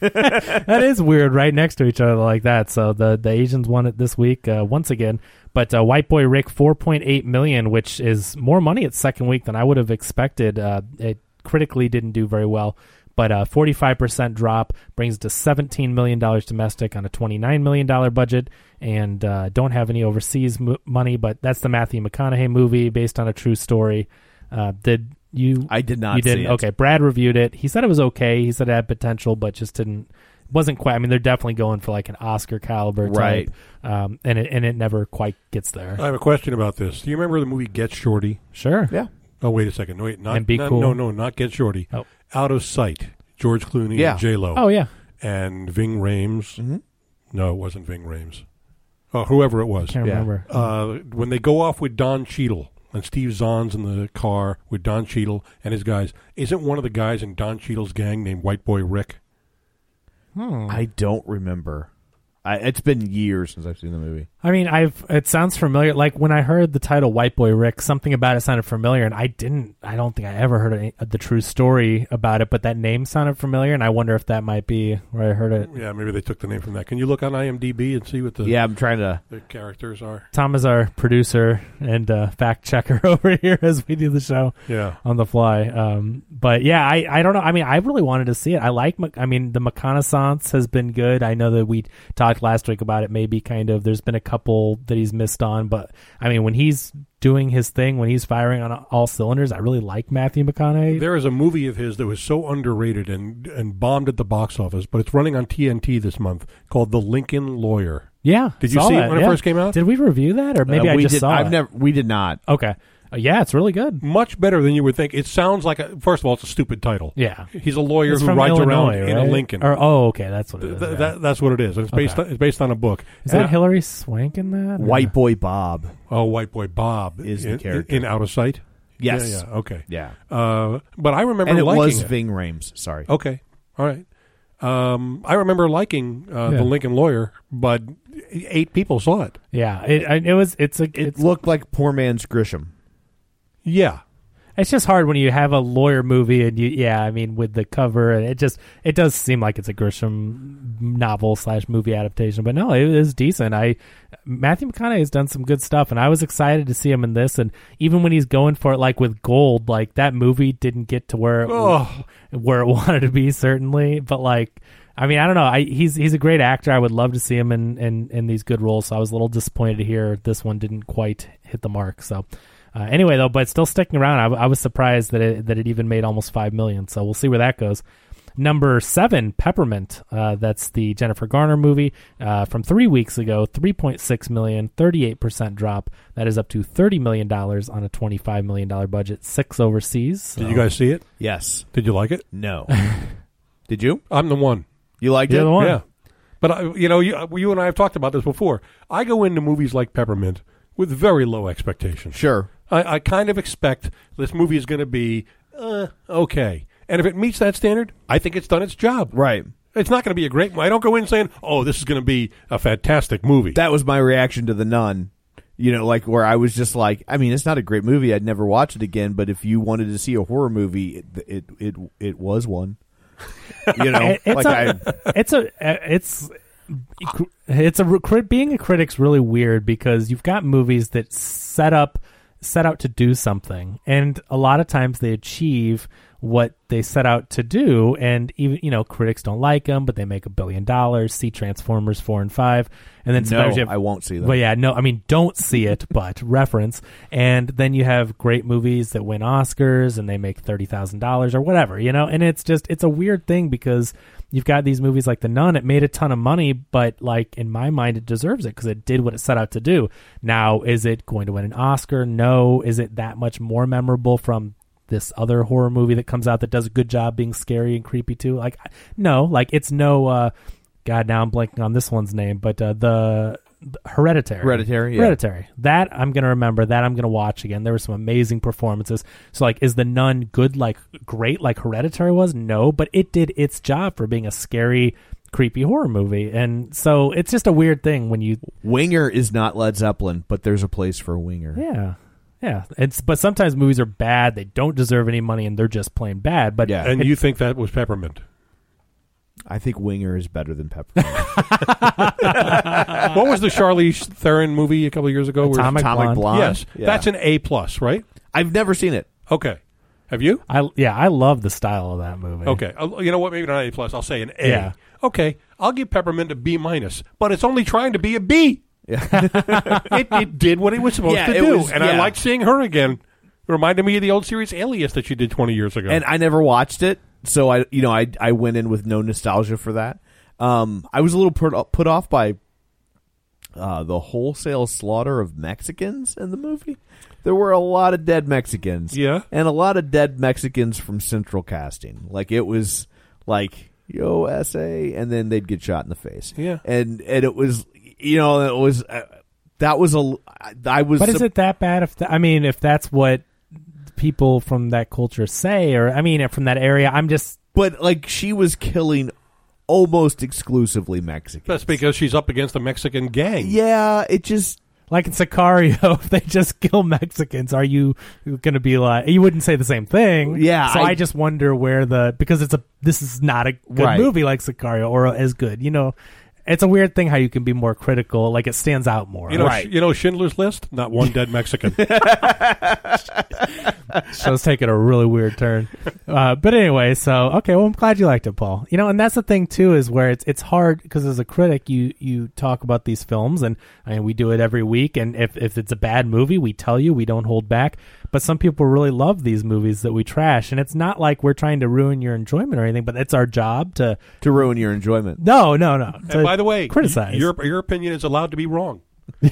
that is weird, right next to each other like that. So the the Asians won it this week uh, once again. But uh, White Boy Rick, four point eight million, which is more money its second week than I would have expected. Uh, it critically didn't do very well, But a 45% drop brings it to $17 million domestic on a $29 million budget and uh, don't have any overseas mo- money. But that's the Matthew McConaughey movie based on a true story. Uh, did you? I did not You see didn't. it. Okay. Brad reviewed it. He said it was okay. He said it had potential, but just didn't. Wasn't quite. I mean, they're definitely going for like an Oscar caliber Right. type, um, and it and it never quite gets there. I have a question about this. Do you remember the movie Get Shorty? sure. Yeah. Oh, wait a second. No, wait, not, And Be not- Cool. No, no, not Get Shorty. Oh. Out of Sight. George Clooney Yeah. and J Lo. Oh yeah. And Ving Rhames. No, it wasn't Ving Rhames. Oh, whoever it was. Can't Yeah. remember. uh, when they go off with Don Cheadle and Steve Zahn's in the car with Don Cheadle and his guys, isn't one of the guys in Don Cheadle's gang named White Boy Rick? I don't remember. I, it's been years since I've seen the movie. I mean, I've it sounds familiar. Like when I heard the title "White Boy Rick," something about it sounded familiar, and I didn't. I don't think I ever heard any, the true story about it, but that name sounded familiar, and I wonder if that might be where I heard it. Yeah, maybe they took the name from that. Can you look on IMDb and see what the Yeah, I'm trying to. uh, the characters are? Tom is our producer and uh, fact checker over here as we do the show Yeah. on the fly. Um, but yeah, I, I don't know. I mean, I really wanted to see it. I like. Mc- I mean, the McConaissance has been good. I know that we talked last week about it. Maybe kind of. There's been a couple that he's missed on, but I mean, when he's doing his thing, when he's firing on all cylinders, I really like Matthew McConaughey. There is a movie of his that was so underrated and and bombed at the box office, but it's running on TNT this month called The Lincoln Lawyer. yeah. Did you saw see it that, when it yeah. first came out? Did we review that, or maybe uh, I we just did, saw I've it? never. We did not. Okay. Uh, yeah, it's really good. Much better than you would think. It sounds like a first of all, it's a stupid title. Yeah. He's a lawyer It's who from rides around Illinois, in a right? Lincoln. Or oh, okay, that's what it Th- is. th- yeah. that- that's what it is. And it's based on, it's based on a book. Is that And- Hillary Swank in that? or- White Boy Bob. Oh, White Boy Bob Is the in, character. in Out of Sight. Yes. Yeah. yeah, Okay. Yeah. Uh, but I remember And it liking was it. Ving Rhames. Oh, Sorry. Okay. All right. Um, I remember liking uh, Yeah. the Lincoln Lawyer, but eight people saw it. Yeah, it I- it was it's a It it's, looked like poor man's Grisham. Yeah. it's just hard when you have a lawyer movie and you yeah I mean with the cover and it just it does seem like it's a Grisham novel slash movie adaptation but no it is decent I Matthew McConaughey has done some good stuff and I was excited to see him in this and even when he's going for it like with Gold like that movie didn't get to where it, Oh. where it wanted to be certainly but like I mean I don't know I he's he's a great actor I would love to see him in in, in these good roles so I was a little disappointed to hear this one didn't quite hit the mark so uh, anyway though but still sticking around I, I was surprised that it that it even made almost five million so we'll see where that goes. Number seven, Peppermint. Uh, that's the Jennifer Garner movie uh, from three weeks ago. 3.6 million, 38% drop. That is up to $30 million on a $25 million budget, six overseas. Did you guys see it? Yes. Did you like it? No. did you? I'm the one. You liked You're it? the one. Yeah. But I, you know, you, you and I have talked about this before. I go into movies like Peppermint with very low expectations. Sure. I, I kind of expect this movie is going to be uh, okay, and if it meets that standard, I think it's done its job. Right. It's not going to be a great. I don't go in saying, "Oh, this is going to be a fantastic movie." That was my reaction to The Nun. You know, like where I was just like, I mean, it's not a great movie. I'd never watch it again. But if you wanted to see a horror movie, it it it, it was one. You know, It- it's, like I a, it's a it's it's a crit- being a critic's really weird because you've got movies that set up set out to do something and a lot of times they achieve what they set out to do and even you know critics don't like them but they make a billion dollars see transformers 4 and 5 and then no, sometimes you have I won't see them. but yeah, no, I mean, don't see it, but reference. And then you have great movies that win Oscars and they make $30,000 or whatever, you know? And it's just, it's a weird thing because you've got these movies like The Nun. It made a ton of money, but like in my mind, it deserves it because it did what it set out to do. Now, is it going to win an Oscar? No. Is it that much more memorable from this other horror movie that comes out that does a good job being scary and creepy too? Like, I- no, like it's no, uh, God, now I'm blanking on this one's name, but uh, the the Hereditary. Hereditary, yeah. Hereditary. That I'm gonna remember. That I'm gonna watch again. There were some amazing performances. So like, is the Nun good? Like great? Like Hereditary was? No, but it did its job for being a scary, creepy horror movie. And so it's just a weird thing when you Winger is not Led Zeppelin, but there's a place for Winger. yeah. Yeah, it's but sometimes movies are bad. They don't deserve any money, and they're just plain bad. But Yeah. and you think that was Peppermint? I think Winger is better than Peppermint. Uh, what was the Charlize Theron movie a couple of years ago? where- Atomic Atomic Blonde. Blonde. Yes, Yeah. that's an A plus, right? I've never seen it. Okay, Have you? I yeah, I love the style of that movie. Okay. I'll- you know what? Maybe not A plus. I'll say an A. Yeah. Okay. I'll give Peppermint a B minus, but it's only trying to be a B. it, it did what it was supposed Yeah, to it do, was- and I yeah. liked seeing her again. Reminded me of the old series Alias that she did twenty years ago. and I never watched it, so I you know I I went in with no nostalgia for that. Um, I was a little put, put off by uh, the wholesale slaughter of Mexicans in the movie. There were a lot of dead Mexicans, Yeah. and a lot of dead Mexicans from Central Casting. Like it was like yo sa, and then they'd get shot in the face. Yeah. and and it was you know it was. Uh, that was a. l- I- I was. But sup- is it that bad? If th- I mean, if that's what people from that culture say, or I mean, from that area, I'm just But like she was killing almost exclusively Mexicans. That's because she's up against a Mexican gang. Yeah, it just like in Sicario. If they just kill Mexicans, are you going to be like? You wouldn't say the same thing. Yeah, So I, I- just wonder where the because it's a this is not a good Right. movie like Sicario or as good. You know, it's a weird thing how you can be more critical. Like it stands out more. You know, Right. you know Schindler's List. Not one dead Mexican. so it's taking a really weird turn. Uh, but anyway, so okay, well, I'm glad you liked it, Paul. You know, and that's the thing too is where it's it's hard because as a critic, you you talk about these films, and I mean we do it every week. And if if it's a bad movie, we tell you, we don't hold back. But some people really love these movies that we trash, and it's not like we're trying to ruin your enjoyment or anything. But it's our job to to ruin your enjoyment. no, no, no. to and by the way, criticize. y- your your opinion is allowed to be wrong.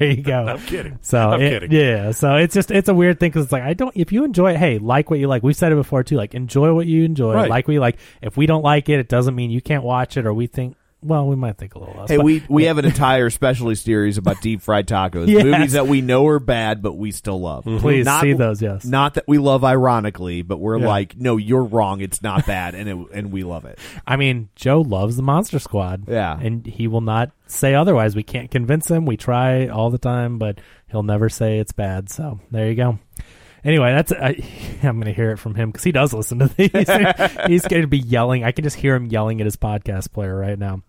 There you go. I'm kidding. So I'm it- kidding. Yeah. So it's just it's a weird thing because it's like I don't. If you enjoy it, hey, like what you like. We've said it before too. Like enjoy what you enjoy. Right. Like we like. If we don't like it, it doesn't mean you can't watch it or we think. Well, we might think a little less. Hey, but- we we have an entire specialty series about deep fried tacos, Yes. movies that we know are bad but we still love. Mm-hmm. Please see those, yes. not that we love ironically, but we're Yeah. like, no, you're wrong. It's not bad, and it, and we love it. I mean, Joe loves the Monster Squad. Yeah. And he will not say otherwise. We can't convince him. We try all the time, but he'll never say it's bad. So there you go. Anyway, that's I, I'm going to hear it from him because he does listen to these. He's going to be yelling. I can just hear him yelling at his podcast player right now.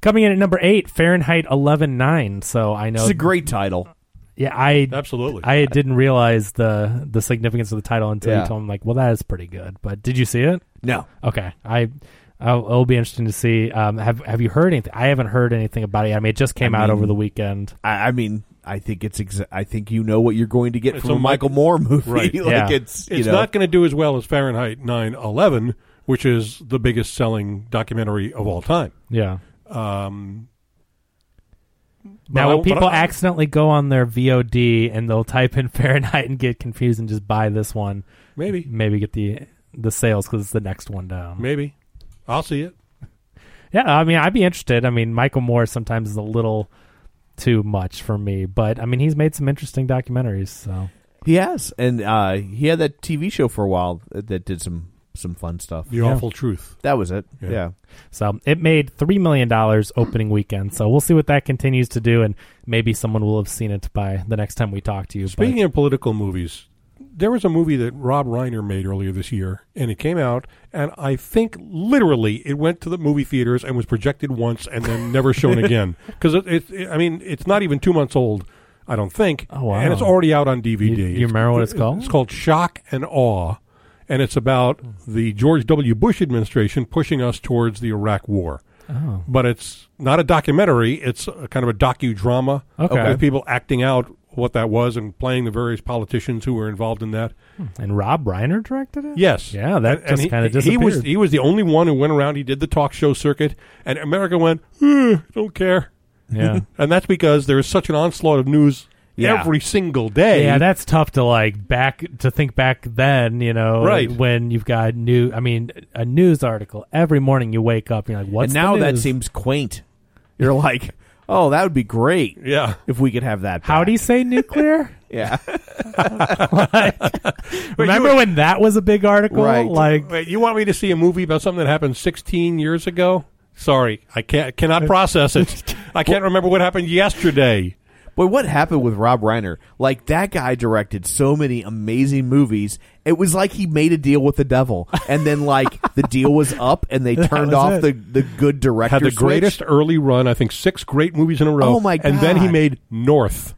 Coming in at number eight, Fahrenheit 11.9. So I know. It's a great title. yeah, I Absolutely. I didn't realize the the significance of the title until Yeah. you told him. Like, well, that is pretty good. But did you see it? No, Okay, I I'll, it'll be interesting to see. Um, have Have you heard anything? I haven't heard anything about it. yet. I mean, it just came I out mean- over the weekend. I, I mean, I think it's. Exa- I think you know what you're going to get It's from a a Michael Mike- Moore movie. Right. like Yeah. it's you it's know, not going to do as well as Fahrenheit 9/11, which is the biggest selling documentary of all time. Yeah. Um, Now, but I- will people but I- accidentally go on their VOD and they'll type in Fahrenheit and get confused and just buy this one? maybe, Maybe get the the sales because it's the next one down. maybe, I'll see it. Yeah, I mean, I'd be interested. I mean, Michael Moore sometimes is a little too much for me, but I mean, he's made some interesting documentaries. So he has, and uh, he had that TV show for a while that that did some some fun stuff. The awful truth. That was it. Yeah. yeah. So it made three million dollars opening weekend. So we'll see what that continues to do, and maybe someone will have seen it by the next time we talk to you. Speaking of political movies, there was a movie that Rob Reiner made earlier this year, and it came out, and I think literally it went to the movie theaters and was projected once and then never shown again because it, it, it- I mean, it's not even two months old. I don't think. Oh, wow. And it's already out on DVD. You- you remember what it's called? It's called Shock and Awe, and it's about the George W. Bush administration pushing us towards the Iraq War. oh, But it's not a documentary; it's a kind of a docudrama Okay. with people acting out what that was and playing the various politicians who were involved in that. and Rob Reiner directed it. Yes. yeah, that And just he- kind of he disappeared. was he was the only one who went around. He did the talk show circuit, and America went, "Eh, don't care, yeah, and that's because there is such an onslaught of news Yeah. every single day. yeah, that's tough to like back to think back then. You know, Right. when you've got new. I mean, a news article every morning. You wake up, you're like, what's and now the that news? seems quaint. You're like, oh, that would be great yeah. if we could have that. Back. How do you say nuclear? Yeah, Remember when that was a big article? Right. Like, Wait, you want me to see a movie about something that happened 16 years ago? Sorry, I can't cannot process it. I can't remember what happened yesterday. but what happened with Rob Reiner? Like that guy directed so many amazing movies. It was like he made a deal with the devil, and then like the deal was up, and they turned was off it. the the good director. Had the switch. greatest early run, I think six great movies in a row. Oh, my And then he God. made North,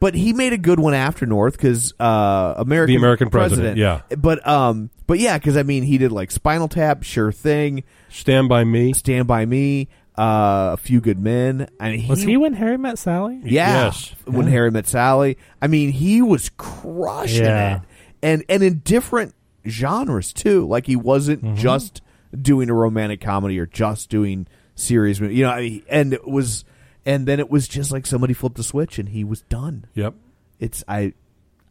But he made a good one after North because uh, American The American President, yeah. But um, but yeah, because I mean, he did like Spinal Tap, Sure Thing, Stand by Me. Stand by Me, uh, A Few Good Men. I mean, Was he when Harry met Sally? Yeah, Yes. when Harry Met Sally. I mean, he was crushing Yeah. it, and and in different genres too. Like he wasn't Mm-hmm. just doing a romantic comedy or just doing serious, mo- you know. I mean, And it was, and then it was just like somebody flipped a switch and he was done. Yep. It's I,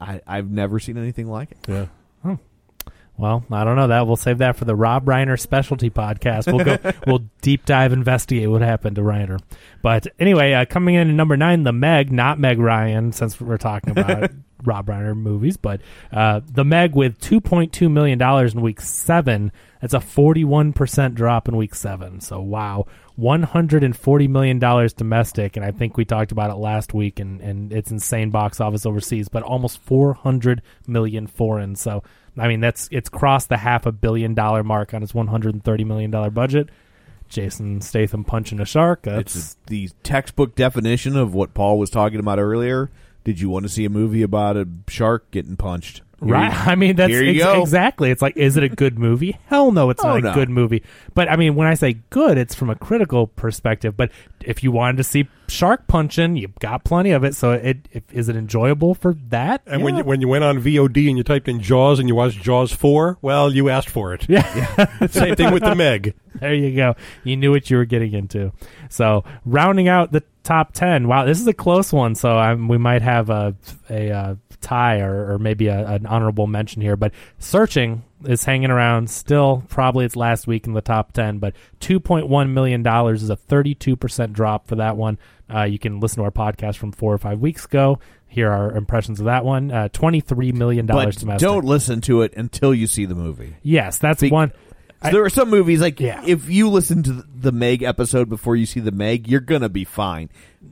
I I've never seen anything like it. Yeah. Well, I don't know that. We'll save that for the Rob Reiner specialty podcast. We'll go. we'll deep dive investigate what happened to Reiner. But anyway, uh, coming in at number nine, The Meg, not Meg Ryan, since we're talking about Rob Reiner movies, but uh, The Meg with two point two million dollars in week seven. That's a forty one percent drop in week seven. So wow, one hundred and forty million dollars domestic, and I think we talked about it last week, and and it's insane box office overseas, but almost four hundred million foreign. So. I mean, that's it's crossed the half a billion dollar mark on its one hundred and thirty million dollar budget. Jason Statham punching a shark. That's It's the textbook definition of what Paul was talking about earlier. Did you want to see a movie about a shark getting punched? Here right. you- I mean, that's here you ex- go. exactly. It's like, is it a good movie? Hell no, it's Oh, not a no. good movie. But I mean, when I say good, it's from a critical perspective. But if you wanted to see shark punching, you've got plenty of it. So it, it is it enjoyable for that? And when Yeah. you, when you went on VOD and you typed in Jaws and you watched Jaws four, well, you asked for it. yeah. Same thing with the Meg. There you go. You knew what you were getting into. So rounding out the top ten. Wow, this is a close one. So um, we might have a a, uh tie or, or maybe a, an honorable mention here. But searching is hanging around still. Probably its last week in the top ten. But two point one million dollars is a thirty two percent drop for that one. Uh, you can listen to our podcast from four or five weeks ago. Here are impressions of that one. Uh, twenty three million dollars But domestic. don't listen to it until you see the movie. yes, that's Be- one. So there are some movies like Yeah. if you listen to the Meg episode before you see the Meg, you're gonna be fine.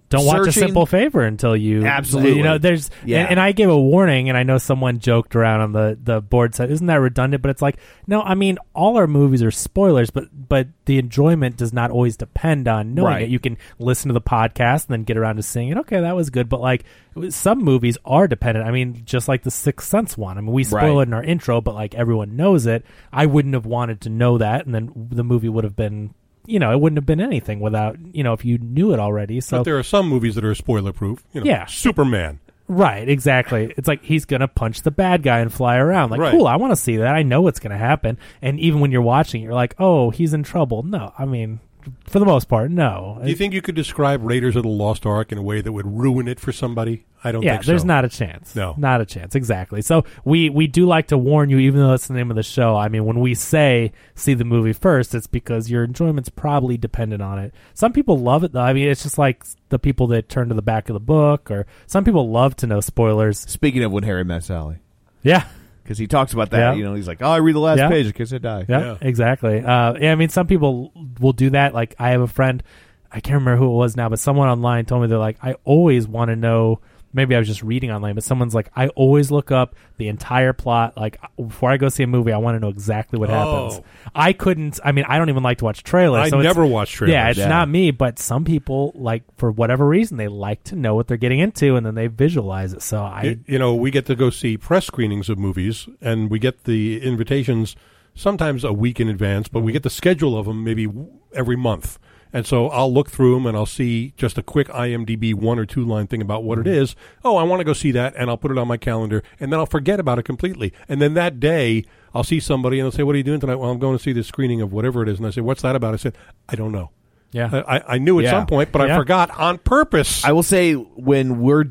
Don't watch a Searching- simple favor until you Absolutely. You know, there's Yeah. and, and I gave a warning, and I know someone joked around on the the board said, "Isn't that redundant?" But it's like, no, I mean, all our movies are spoilers, but but the enjoyment does not always depend on knowing Right. it. You can listen to the podcast and then get around to seeing it. Okay, that was good, but like some movies are dependent. I mean, just like the Sixth Sense one. I mean, we spoil Right. it in our intro, but like everyone knows it. I wouldn't have wanted to know that, and then the movie would have been. You know, it wouldn't have been anything without you know if you knew it already. So But there are some movies that are spoiler proof. You know, Yeah. Superman. Right, exactly. It's like he's gonna punch the bad guy and fly around. Like, Right. cool, I want to see that. I know what's gonna happen. And even when you're watching, it, you're like, oh, he's in trouble. No, I mean, for the most part, no. Do you think you could describe Raiders of the Lost Ark in a way that would ruin it for somebody? I don't yeah, think so. there's not a chance. No. not a chance. Exactly. So we we do like to warn you, even though that's the name of the show. I mean, when we say see the movie first, it's because your enjoyment's probably dependent on it. Some people love it though. I mean, it's just like the people that turn to the back of the book, or some people love to know spoilers. Speaking of when Harry met Sally, Yeah. because he talks about that. Yeah. You know, he's like, "Oh, I read the last Yeah. page in case I die." Yeah, Yeah. exactly. Uh, yeah, I mean, some people will do that. Like, I have a friend, I can't remember who it was now, but someone online told me they're like, I always want to know. Maybe I was just reading online, but someone's like, I always look up the entire plot. Like, before I go see a movie, I want to know exactly what happens. Oh. I couldn't, I mean, I don't even like to watch trailers. I so it's- never watch trailers. Yeah, it's Yeah. not me, but some people, like, for whatever reason, they like to know what they're getting into and then they visualize it. So I. Y- you know, we get to go see press screenings of movies, and we get the invitations sometimes a week in advance, but we get the schedule of them maybe w- every month. And so I'll look through them and I'll see just a quick IMDb one or two line thing about what Mm-hmm. it is. Oh, I want to go see that, and I'll put it on my calendar, and then I'll forget about it completely. And then that day, I'll see somebody and they'll say, "What are you doing tonight?" Well, I'm going to see this screening of whatever it is, and I say, "What's that about?" I said, "I don't know." yeah. I, I- I knew at Yeah. some point, but Yeah. I forgot on purpose. I will say when we're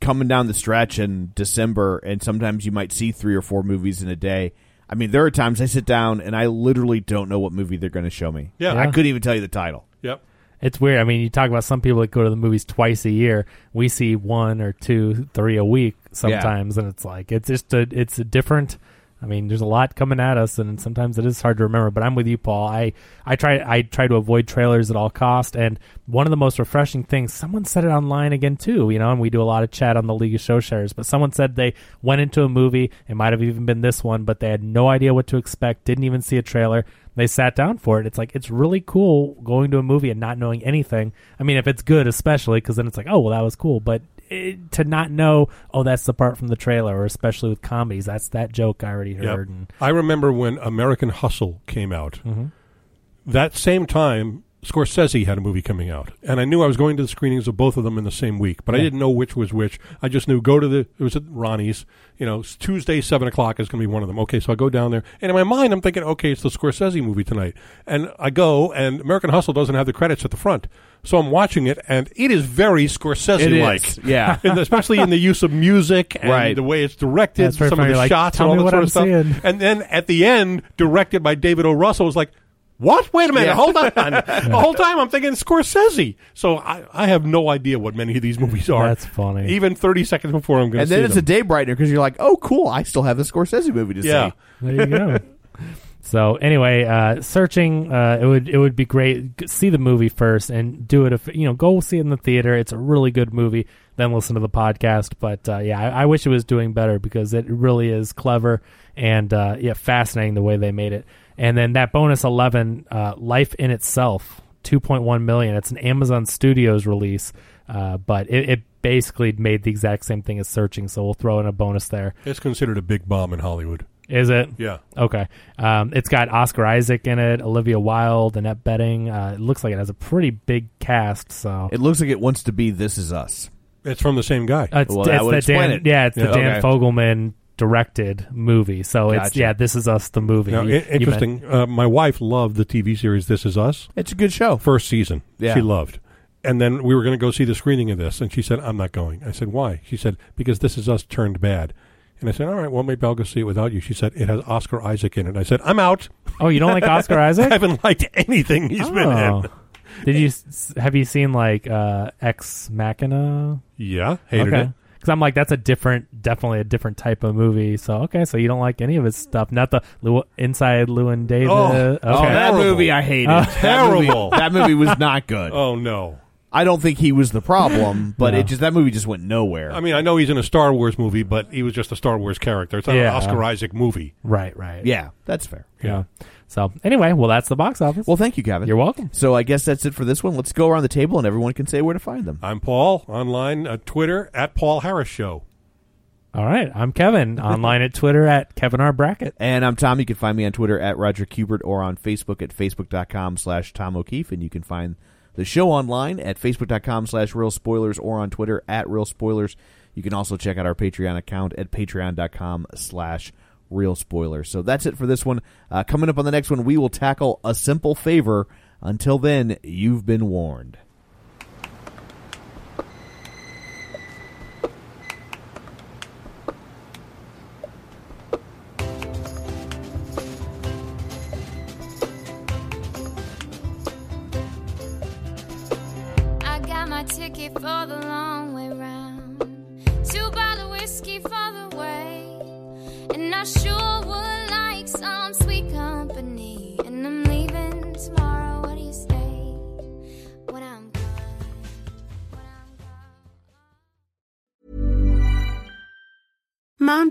coming down the stretch in December, and sometimes you might see three or four movies in a day. I mean, there are times I sit down and I literally don't know what movie they're going to show me. Yeah. I couldn't even tell you the title. yep. It's weird. I mean, you talk about some people that go to the movies twice a year. We see one or two, three a week sometimes, and it's like it's just a it's a different. I mean, there's a lot coming at us, and sometimes it is hard to remember. But I'm with you, Paul. I I try I try to avoid trailers at all cost. And one of the most refreshing things, someone said it online again too. You know, and we do a lot of chat on the League of Show Shares. But someone said they went into a movie. It might have even been this one, but they had no idea what to expect. Didn't even see a trailer they sat down for it. It's like it's really cool going to a movie and not knowing anything. I mean, if it's good, especially because then it's like, oh well, that was cool. But it, to not know, oh, that's the part from the trailer, or especially with comedies, that's that joke I already Yep. heard. And I remember when American Hustle came out. That same time, Scorsese had a movie coming out, and I knew I was going to the screenings of both of them in the same week, but I didn't know which was which. I just knew go to the it was at Ronnie's. You know, s- Tuesday seven o'clock is going to be one of them. Okay, so I go down there, and in my mind, I'm thinking, okay, it's the Scorsese movie tonight, and I go, and American Hustle doesn't have the credits at the front. So I'm watching it, and it is very Scorsese-like, is, yeah. And especially in the use of music and Right. the way it's directed, That's very some of funny, the like, shots, tell and all me that what sort I'm of stuff. seeing. And then at the end, directed by David O. Russell, was like, what? Wait a minute. Yeah. Hold on. the whole time I'm thinking Scorsese. So I, I have no idea what many of these movies are. That's funny. Even 30 seconds before I'm going and to see then it's them. a day brightener because you're like, oh, cool, I still have the Scorsese movie to Yeah. see. there you go. So anyway, uh, searching uh, it would it would be great. G- See the movie first and do it. If you know, go see it in the theater. It's a really good movie. Then listen to the podcast. But uh, yeah, I, I wish it was doing better because it really is clever and uh, yeah, fascinating the way they made it. And then that bonus eleven, uh, life in itself, two point one million. It's an Amazon Studios release, uh, but it, it basically made the exact same thing as searching. So we'll throw in a bonus there. it's considered a big bomb in Hollywood. Is it? Yeah. Okay. Um, it's got Oscar Isaac in it, Olivia Wilde, Annette Bedding. Uh, it looks like it has a pretty big cast. So It looks like it wants to be This Is Us. It's from the same guy. Uh, it's, Well, that it's would the explain Dan, it. yeah, it's the Yeah. Dan Okay. Fogelman directed movie. So it's Gotcha. yeah, this is us the movie. now, You- i- you bet. interesting. Uh, my wife loved the TV series This Is Us. It's a good show. first season. Yeah. She loved. And then we were going to go see the screening of this, and she said, I'm not going. I said, Why? She said, Because this is us turned bad. And I said, All right, well, maybe I'll go see it without you. She said, It has Oscar Isaac in it. I said, I'm out. oh, you don't like Oscar I Isaac? haven't liked anything he's been Oh. in. Did you s- have you seen like uh, Ex Machina? Yeah, hated it. Because I'm like, that's a different, definitely a different type of movie. So okay, so you don't like any of his stuff, not the Lew- Inside Lewin Davis. Oh, Uh, okay. Oh, that Terrible. movie I hated. Oh, Uh, That movie- terrible. That movie was not good. Oh, no. I don't think he was the problem, but No. it just that movie just went nowhere. I mean, I know he's in a Star Wars movie, but he was just a Star Wars character. It's not Yeah. an Oscar Isaac movie. right, right, yeah, that's fair. yeah. So anyway, well, that's the box office. Well, thank you, Kevin. You're welcome. So I guess that's it for this one. Let's go around the table and everyone can say where to find them. I'm Paul, online, uh, Twitter, at Paul Harris Show. All right, I'm Kevin. Online at Twitter at Kevin R Brackett. And I'm Tom. You can find me on Twitter at Roger Kubert or on Facebook at Facebook.com slash Tom O'Keefe. And you can find the show online at Facebook.com slash Real Spoilers or on Twitter at Real Spoilers. You can also check out our Patreon account at Patreon.com slash Real Spoilers. So that's it for this one. Uh, coming up on the next one, we will tackle a simple favor. Until then, you've been warned. I got my ticket for the long way round. Two bottle whiskey for the way. And I sure would like some sweet company. And I'm leaving tomorrow. What do you say? When I'm gone. When I'm gone. Mom